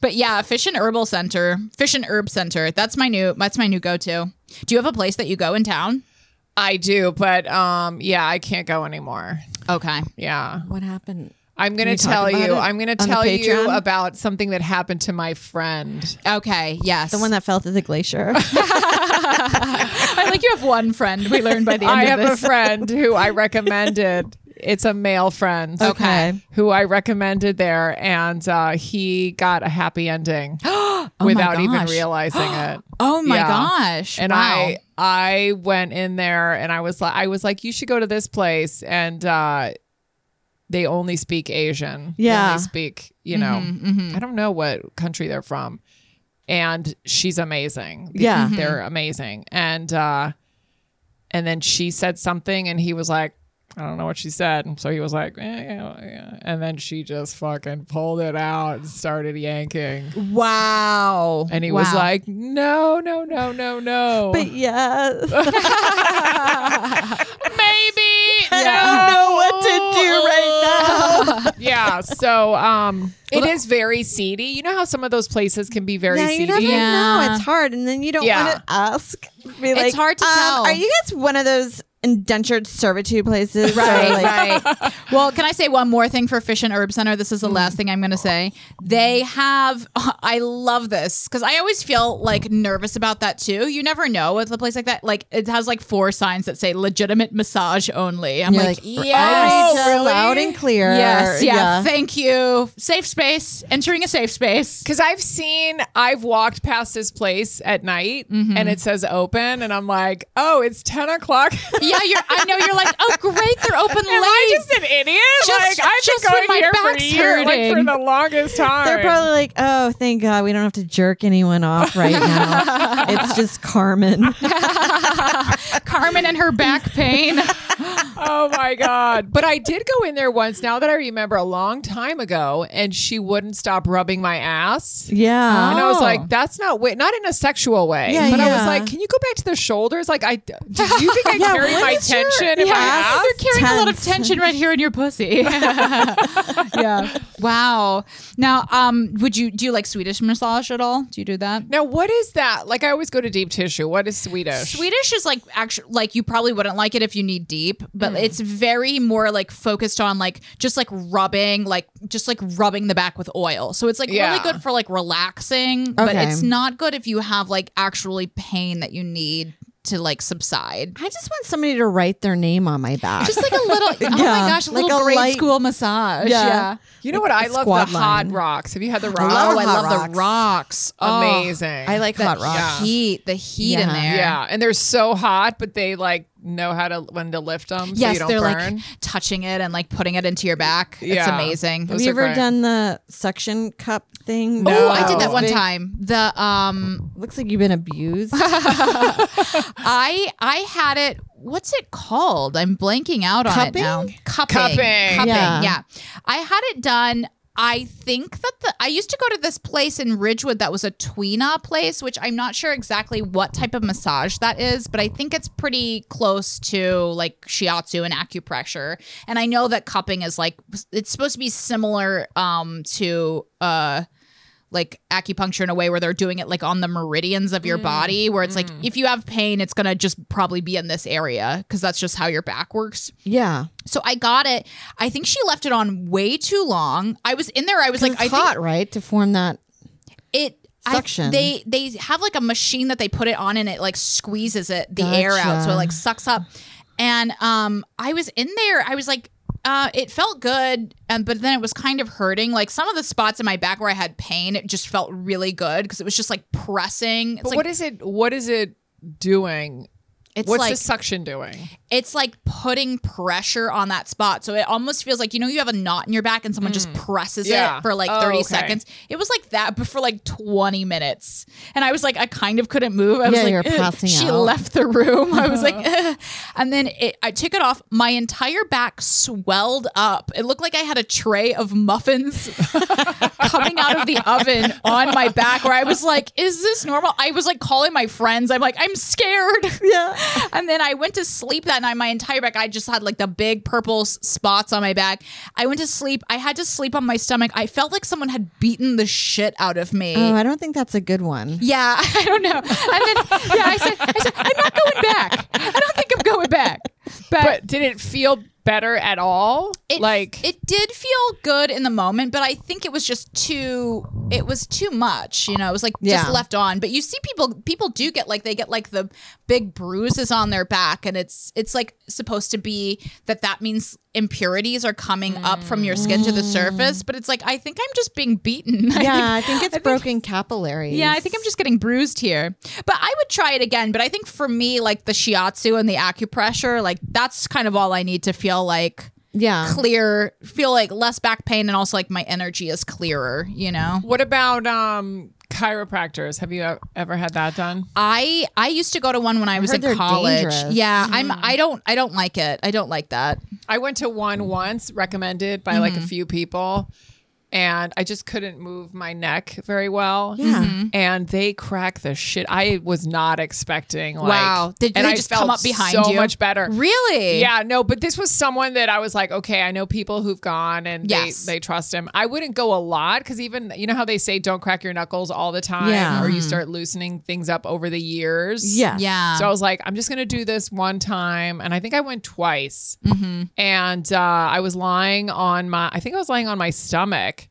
but yeah, Fish and Herbal Center, Fish and Herb Center. That's my new. That's my new go-to. Do you have a place that you go in town? I do, but um yeah, I can't go anymore. Okay. Yeah. what happened? I'm you gonna talk tell about you. it I'm gonna on the tell you Patreon? about something that happened to my friend. Okay. Yes. The one that fell through the glacier. I like. You have one friend. We learned by the end I of have a this. friend who I recommended. It's a male friend. Okay. Who I recommended there, and uh, he got a happy ending without even Oh gosh. realizing it. oh my Yeah. gosh! And wow. I, I went in there, and I was like, I was like, you should go to this place, and uh, they only speak Asian. They Yeah. Mm-hmm, only speak. You know, I don't know what country they're from, and she's amazing. The- Yeah. Mhm. they're amazing, and. uh and then she said something and he was like i don't know what she said and so he was like eh, yeah, yeah. and then she just fucking pulled it out and started yanking Wow. and he was Wow. like no no no no no but yes. I maybe Uh, don't know what to do right now. yeah so um it is very seedy you know how some of those places can be very Yeah, seedy you never Yeah. know. It's hard. And then you don't Yeah. want to ask. Be It's hard to tell. Are you guys one of those indentured servitude places. Right, so, like, right. Mm. Well, can I say one more thing for Fish and Herb Center? This is the last thing I'm going to say. They have, I love this because I always feel like nervous about that too. You never know with a place like that. Like it has like four signs that say legitimate massage only. I'm You're like, like, yes, Oh, I read it loud and clear. Yes, yeah, Thank you. Safe space. Entering a safe space. Because I've seen, I've walked past this place at night Mm-hmm. and it says open, and I'm like, oh, it's 10 o'clock. Am Yeah, you're. I know you're like, oh great, they're open late. I just an idiot? Just- like, I've just been when going my here for back's years, like, for hurting. the longest time. They're probably like, oh, thank God we don't have to jerk anyone off right now. it's just Carmen. Carmen and her back pain. oh my god but i did go in there once now that i remember a long time ago and she wouldn't stop rubbing my ass Yeah. and i was Oh. like that's not way not in a sexual way Yeah, but i was yeah. like can you go back to the shoulders like i do you think i carry what my is your- tension in my Yeah. ass You're carrying a lot of Tense. tension right here in your pussy. yeah. Wow. Now, um, would you do you like Swedish massage at all? Do you do that? now what is that like i always go to deep tissue what is swedish Swedish is like actually like you probably wouldn't like it if you need deep, but it's very more like focused on like just like rubbing, like just like rubbing the back with oil. So it's like Yeah. really good for like relaxing, but Okay. it's not good if you have like actually pain that you need to like subside. I just want somebody to write their name on my back. Just like a little, oh my Yeah. gosh, a Like little a grade light- school massage. Yeah. yeah. you know what i love squad the hot line. rocks have you had the I rocks love Oh, I hot love the rocks. rocks. Oh, amazing I like The hot rocks. heat, the heat in Yeah. there. yeah and they're so hot but they like know how to when to lift them so Yes, you don't they're burn like touching it and like putting it into your back. It's Yeah. amazing. Have Those you are ever great. done the suction cup thing? No. Oh, I did that Oh. one Big- time. The um Looks like you've been abused. I I had it what's it called? I'm blanking out on Cupping? it now. Cupping. Cupping. Cupping. Yeah. Yeah. I had it done I think that the I used to go to this place in Ridgewood that was a tweena place, which I'm not sure exactly what type of massage that is, but I think it's pretty close to like shiatsu and acupressure. And I know that cupping is like it's supposed to be similar um to uh like acupuncture in a way where they're doing it like on the meridians of your body where it's like if you have pain it's going to just probably be in this area cuz that's just how your back works. yeah. So I got it. I think she left it on way too long. I was in there I was like it's I hot, think right? To form that. it I- Suction. they they have like a machine that they put it on and it like squeezes it the air out so it Gotcha. like sucks up. And um I was in there I was like uh, it felt good, and but then it was kind of hurting. Like some of the spots in my back where I had pain, it just felt really good because it was just like pressing. It's But like what is it? What is it doing? It's What's like the suction doing? it's like putting pressure on that spot. So it almost feels like you know you have a knot in your back and someone just presses Mm. Yeah. it for like Oh, 30 okay. seconds. It was like that but for like 20 minutes. And I was like I kind of couldn't move. I was Yeah, like you're "Ugh." passing she out. Uh-huh. left the room. I was like "Ugh." and then it, I took it off. My entire back swelled up. It looked like I had a tray of muffins coming out of the oven on my back where I was like is this normal? I was like calling my friends. I'm like I'm scared. Yeah. And then I went to sleep that night. My entire back, I just had like the big purple s- spots on my back. I went to sleep. I had to sleep on my stomach. I felt like someone had beaten the shit out of me. Oh, I don't think that's a good one. yeah, I don't know. And then, yeah, I said, I said, I'm not going back. I don't think I'm going back. But, But did it feel better at all? it, like it did feel good in the moment, but I think it was just too. It was too much, you know. It was like Yeah. just left on. But you see, people people do get like they get like the big bruises on their back, and it's it's like supposed to be that that means impurities are coming up from your skin to the surface. But it's like I think I'm just being beaten. I think- Mm. Yeah, I think it's broken capillaries. yeah, I think I'm just getting bruised here. But I would try it again. But I think for me, like the shiatsu and the acupressure, like that's kind of all I need to feel like Yeah. clear, feel like less back pain, and also like my energy is clearer, you know? what about um chiropractors? Have you e- ever had that done? I I used to go to one when I was heard in they're college. dangerous. Yeah, I'm I don't I don't like it. I don't like that. I went to one once, recommended by like a few people. and I just couldn't move my neck very well. Yeah. And they cracked the shit. I was not expecting. Like, Wow. Did and they I just felt come up behind so you? much better. Really? Yeah, no, but this was someone that I was like, okay, I know people who've gone and Yes. they, they trust him. I wouldn't go a lot because even, you know how they say don't crack your knuckles all the time Yeah. or you start loosening things up over the years. Yeah. Yeah. So I was like, I'm just going to do this one time. And I think I went twice. Mm-hmm. And uh, I was lying on my, I think I was lying on my stomach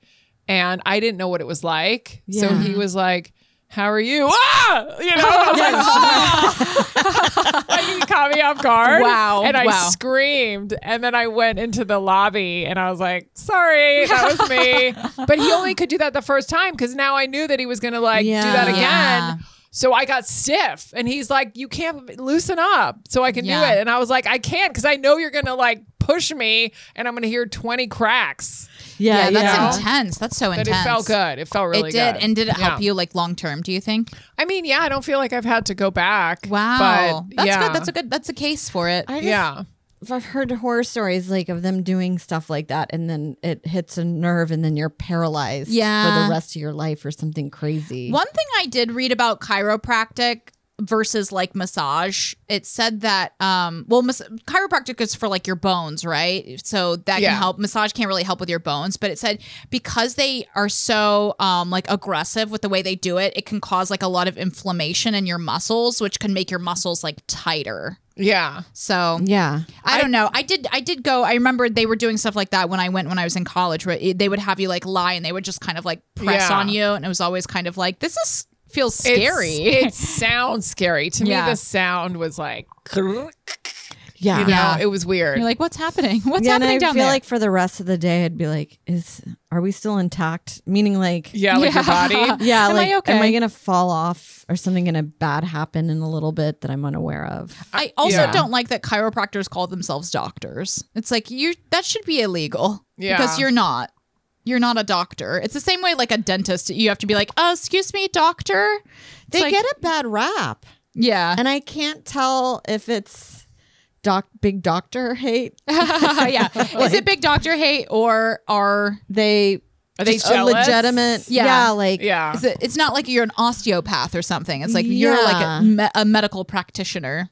and I didn't know what it was like. So Yeah. he was like, how are you? Ah! You know, I was like, "Ah!" Like, he caught me off guard. Wow. And I Wow. screamed. And then I went into the lobby and I was like, sorry, that was me. but he only could do that the first time because now I knew that he was going to like do that Yeah. again. Yeah. So I got stiff and he's like, You can't loosen up so I can Yeah. do it. And I was like, I can't because I know you're going to like push me and I'm going to hear 20 cracks. Yeah, Yeah, that's know? intense. That's so But intense. it felt good. It felt really it did. good. And did it Yeah. help you like long term, do you think? I mean, yeah, I don't feel like I've had to go back. Wow. But that's yeah. good. That's a good that's a case for it. I just, Yeah. I've heard horror stories like of them doing stuff like that, and then it hits a nerve, and then you're paralyzed for Yeah. the rest of your life or something crazy. One thing I did read about chiropractic versus like massage, it said that um well mas- chiropractic is for like your bones, right? So that Yeah. can help. Massage can't really help with your bones, but it said because they are so um like aggressive with the way they do it, it can cause like a lot of inflammation in your muscles, which can make your muscles like tighter. yeah. So Yeah. I don't know. I did. I did go. I remember they were doing stuff like that when I went when I was in college. Where it- they would have you like lie and they would just kind of like press Yeah. on you, and it was always kind of like this is feels It's- scary. it sounds scary. To Yeah. me, the sound was like, Yeah. you know, Yeah. it was weird. You're like, what's happening? What's yeah, and happening I down feel there? like for the rest of the day, I'd be like, "Is are we still intact?" Meaning, like, yeah, like your body. yeah, Am like, I okay? am I gonna fall off or something gonna bad happen in a little bit that I'm unaware of? I also Yeah. don't like that chiropractors call themselves doctors. It's like you that should be illegal Yeah. because you're not. You're not a doctor. It's the same way like a dentist. You have to be like, uh, excuse me, doctor. It's They like- get a bad rap, Yeah. and I can't tell if it's doc big doctor hate. yeah. Is it big doctor hate or are They Are they just a jealous? legitimate, Yeah. yeah, like Yeah. Is it- it's not like you're an osteopath or something. It's like you're like Yeah. a, me- a medical practitioner.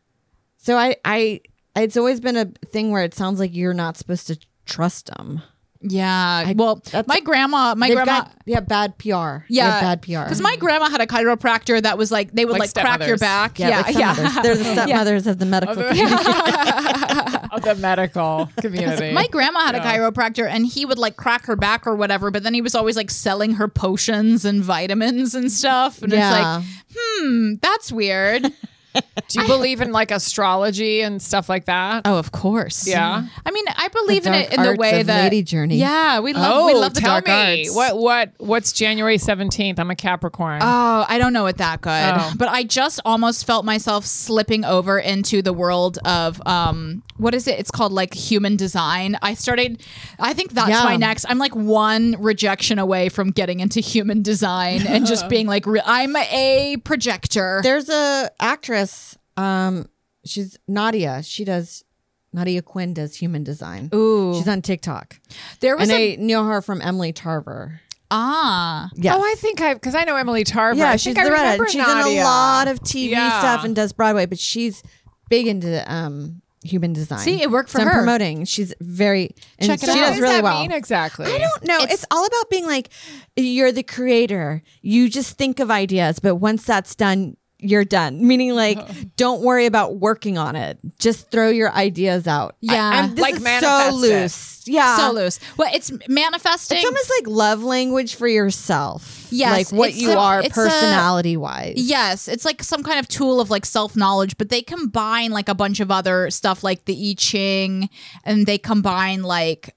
So I, I, it's always been a thing where it sounds like you're not supposed to trust them. Yeah. well, my grandma, my grandma. yeah, bad PR. They yeah, have bad PR. Because my grandma had a chiropractor that was like they would Like like, crack your stepmothers. back. yeah, Yeah, like stepmothers. they're the stepmothers of the medical. community. of the medical community. My grandma had Yeah. a chiropractor, and he would like crack her back or whatever. But then he was always like selling her potions and vitamins and stuff. And Yeah. it's like, hmm, that's weird. Do you believe in like astrology and stuff like that? Oh, of course. Yeah. I mean, I believe in dark it in the arts way of that Lady Journey. Yeah, we Uh, love we love the Oh, tell dark me arts. what what what's January seventeenth? I'm a Capricorn. Oh, I don't know it that good, Oh. but I just almost felt myself slipping over into the world of um, what is it? It's called like human design. I started. I think that's Yeah. my next. I'm like one rejection away from getting into human design and just being like, re- I'm a projector. There's a actress. Um, she's Nadia. She does. Nadia Quinn does human design. Ooh. she's on TikTok, There was and a I knew her from Emily Tarver. ah. Yes. Oh, I think I because I know Emily Tarver. I yeah, think she's I the redhead. remember She's in a Nadia. lot of TV Yeah. stuff and does Broadway, but she's big into um human design. See, it worked for so her. I'm promoting. She's very and Check it she out. What does does really that well. mean exactly? I don't know. It's, all about being like you're the creator. You just think of ideas, but once that's done, you're done. Meaning like don't worry about working on it. Just throw your ideas out. Yeah. I'm- this Like is manifest so it. loose. Yeah. So loose. Well, it's manifesting. It's almost like love language for yourself. Yes, Like what it's you a- are it's a- personality wise. Yes, it's like some kind of tool of like self knowledge, but they combine like a bunch of other stuff like the I Ching and they combine like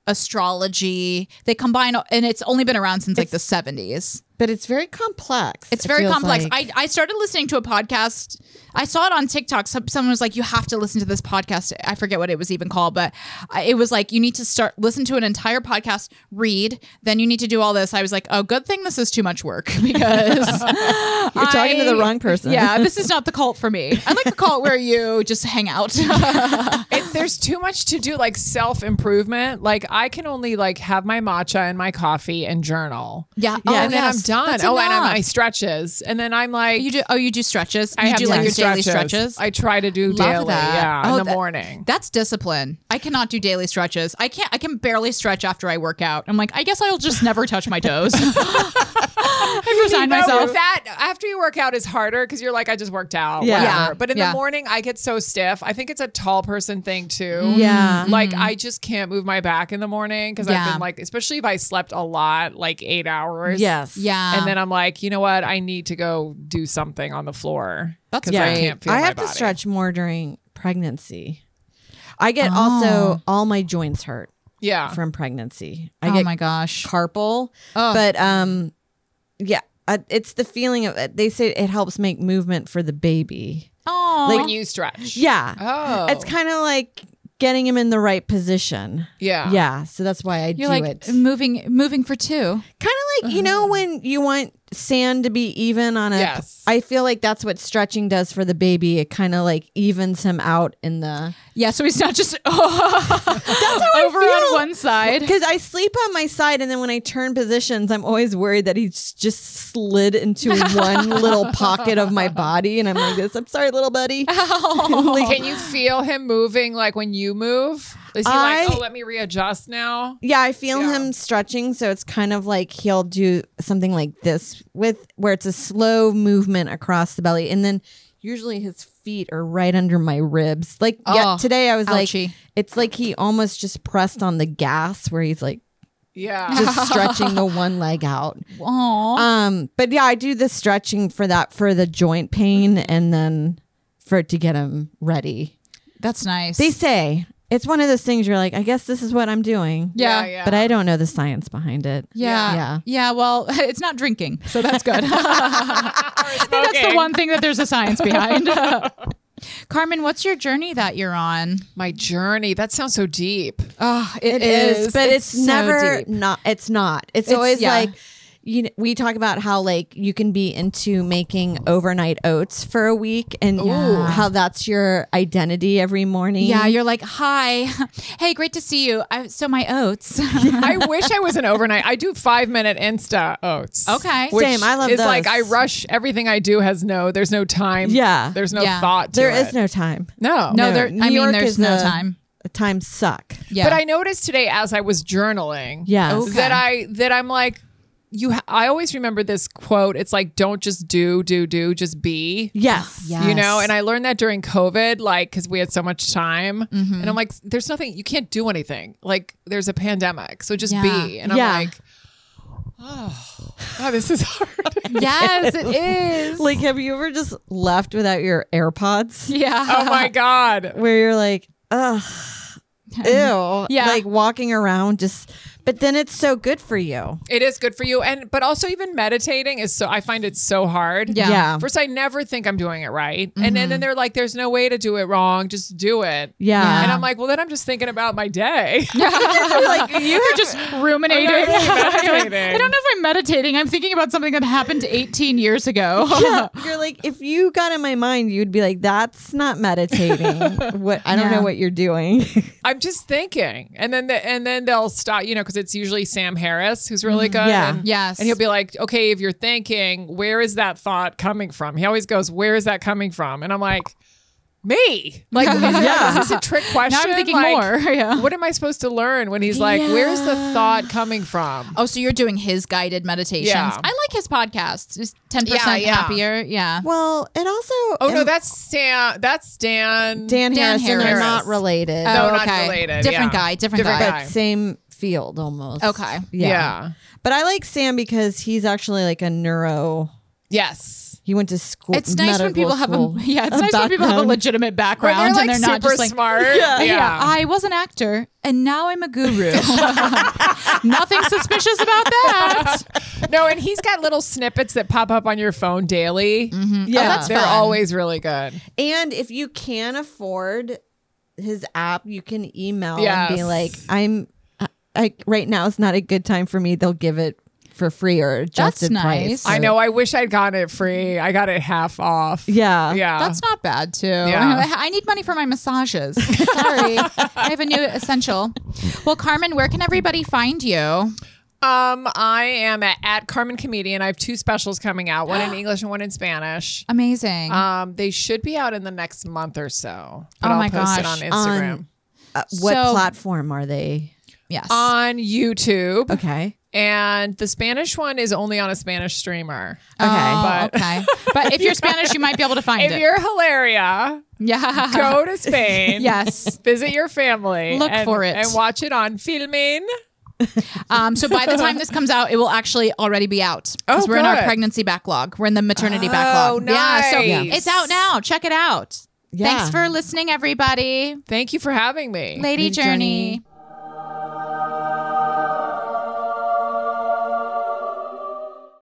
astrology. They combine, and it's only been around since like the 70s. But it's very complex. It's very complex. I, I started listening to a podcast. I saw it on TikTok. Some, someone was like, "You have to listen to this podcast." I forget what it was even called, but I, it was like you need to start listen to an entire podcast, read, then you need to do all this. I was like, "Oh, good thing this is too much work because You're talking to the I- wrong person. Oh, Yeah, this is not the cult for me. I like the cult where you just hang out. It's, there's there's too much to do, like self improvement. Like I can only like have my matcha and my coffee and journal. Yeah. Oh, Oh, and then yes. I'm done. That's Oh, and I'm, enough. my stretches, and then I'm like, you do. Oh, you do stretches. I you have do to like do your daily stretches. I try to do Love daily, that. yeah, Oh, in the that- morning. That's discipline. I cannot do daily stretches. I can't. I can barely stretch after I work out. I'm like, I guess I'll just never touch my toes. I've resigned No, myself. That after you work out is harder because you're like, I just worked out. Yeah. whatever. Yeah. But in Yeah. the morning, I get so stiff. I think it's a tall person thing too. Mm-hmm. Yeah. Like I just can't move my back in the morning because Yeah. I've been like, especially if I slept a lot, like eight hours. Yes. yeah. And then I'm like, you know what? I need to go do something on the floor. That's 'cause I great. can't feel I my have to body. stretch more during pregnancy. I get also all my joints hurt Yeah. from pregnancy. I oh get my Oh. gosh. carpal, Ugh. but um, yeah, uh, it's the feeling of it. They say it helps make movement for the baby. Oh, when you stretch. Yeah, Oh. it's kind of like getting him in the right position. yeah. Yeah, so that's why I you're do like "Mm." it. moving, moving for two. Kind of like you know when you want sand to be even on a. Yes. I feel like that's what stretching does for the baby. It kind of like evens him out in the. Yeah, so he's not just over on feel. one side. Because I sleep on my side, and then when I turn positions, I'm always worried that he's just slid into one little pocket of my body, and I'm like this. I'm sorry, little buddy. Oh. Like, Can you feel him moving like when you move? Is he I- like, oh, let me readjust now? yeah, I feel Yeah. him stretching, so it's kind of like he'll do something like this with where it's a slow movement across the belly, and then usually his feet are right under my ribs. Like yeah, Oh, today I was ouchie. like, it's like he almost just pressed on the gas where he's like Yeah. just stretching the one leg out. Aw. Um, but yeah, I do the stretching for that for the joint pain and then for it to get him ready. that's nice. They say it's one of those things you're like, I guess this is what I'm doing. yeah. Yeah, yeah. But I don't know the science behind it. yeah. Yeah. yeah. well, it's not drinking, so that's good. I think that's the smoking. one thing that there's a science behind. Carmen, what's your journey that you're on? My journey. That sounds so deep. Uh, Oh, It is, but it's, never not it's not. It's, always yeah. like you know, we talk about how like you can be into making overnight oats for a week and Yeah. how that's your identity every morning. Yeah, you're like, hi, Mm. hey, great to see you. I, so my oats. I wish I was an overnight. I do five minute Insta oats. Okay. which Same, I love is like those. I rush everything I do has no. There's no time. Yeah. There's no Yeah. thought. To there it. is no time. no. No, No, there. New I mean, York there's is no a- time. Times suck. Yeah, But I noticed today as I was journaling. Yes. Okay. That I that I'm like you. Ha- I always remember this quote. It's like don't just do do do just be. Yes. Yeah. You know, Yes. and I learned that during COVID, like, because we had so much time. Mm-hmm. And I'm like, there's nothing, you can't do anything. Like, there's a pandemic. So just be. Yeah. And I'm Yeah. like, oh, God, this is hard. yes, it is. Like, have you ever just left without your AirPods? yeah. oh my God. Where you're like, ugh, ew. Yeah. Like walking around just, but then it's so good for you. It is good for you. And, but also, even meditating is so, I find it so hard. Yeah. Mm-hmm. Yeah. First, I never think I'm doing it right. And, then then they're like, there's no way to do it wrong. Just do it. Yeah. And I'm like, well, then I'm just thinking about my day. like you are just ruminating. I'm not really I don't meditating. know if I'm meditating. I'm thinking about something that happened 18 years ago. Yeah. You're like, if you got in my mind, you'd be like, that's not meditating. what I don't Yeah. know what you're doing. I'm just thinking, and then the, and then they'll stop, you know, because it's usually Sam Harris who's really good. Yeah. and, Mm, Yes. and he'll be like, "Okay, if you're thinking, where is that thought coming from?" He always goes, "Where is that coming from?" And I'm like, "Me." Like, is, Yeah. is this a trick question? now I'm thinking Like, more. Yeah. What am I supposed to learn when he's like, "Where's the Yeah. thought coming from?" Oh, so you're doing his guided meditations. Yeah. I like his podcast. Just 10% Yeah, yeah. happier. Yeah. well, and also, Oh no, that's Stan. That's Dan. Dan, Dan Harrison. Harris. They're not related, No, Oh, not okay. related, Different yeah. guy. Different, Different guy. guy. but same field almost. Okay. Yeah. But I like Sam because he's actually like a neuro. Yes. He went to school. It's nice when medical people have a school yeah. It's nice when people have a background. legitimate When background they're like and they're super not just like "Oh, smart. Yeah. Yeah. I was an actor and now I'm a guru. Nothing suspicious about that. No, and he's got little snippets that pop up on your phone daily. Oh, Yeah, They're always really good. and if you can afford his app, you can email and Yes. be like, "I'm, I, I- right now is not a good time for me." They'll give it for free or adjusted nice. price. I know. I wish I'd gotten it free. I got it half off. Yeah. Yeah. That's not bad too. Yeah. I need money for my massages. Sorry, I have a new essential. Well, Carmen, where can everybody find you? um, I am at, at Carmen Comedian. I have two specials coming out, one in English and one in Spanish. Amazing. Um, they should be out in the next month or so. But Oh I'll my post gosh. it on On- Instagram. Uh, what So- platform are they? yes. On, YouTube. Okay. And the Spanish one is only on a Spanish streamer. Oh, okay, but- okay. But if you're Spanish, you might be able to find If it. you're Hilaria, yeah. go to Spain. Yes. Visit your family. Look and- for it. And watch it on Filmin. Um, so by the time this comes out, it will actually already be out. Because Oh, we're in our good. Oh, pregnancy backlog. We're in the maternity backlog. Yeah. So nice. it's out now. Check it out. Yeah. Thanks for listening, everybody. Thank you for having me. Lady Lady Journey. Journey.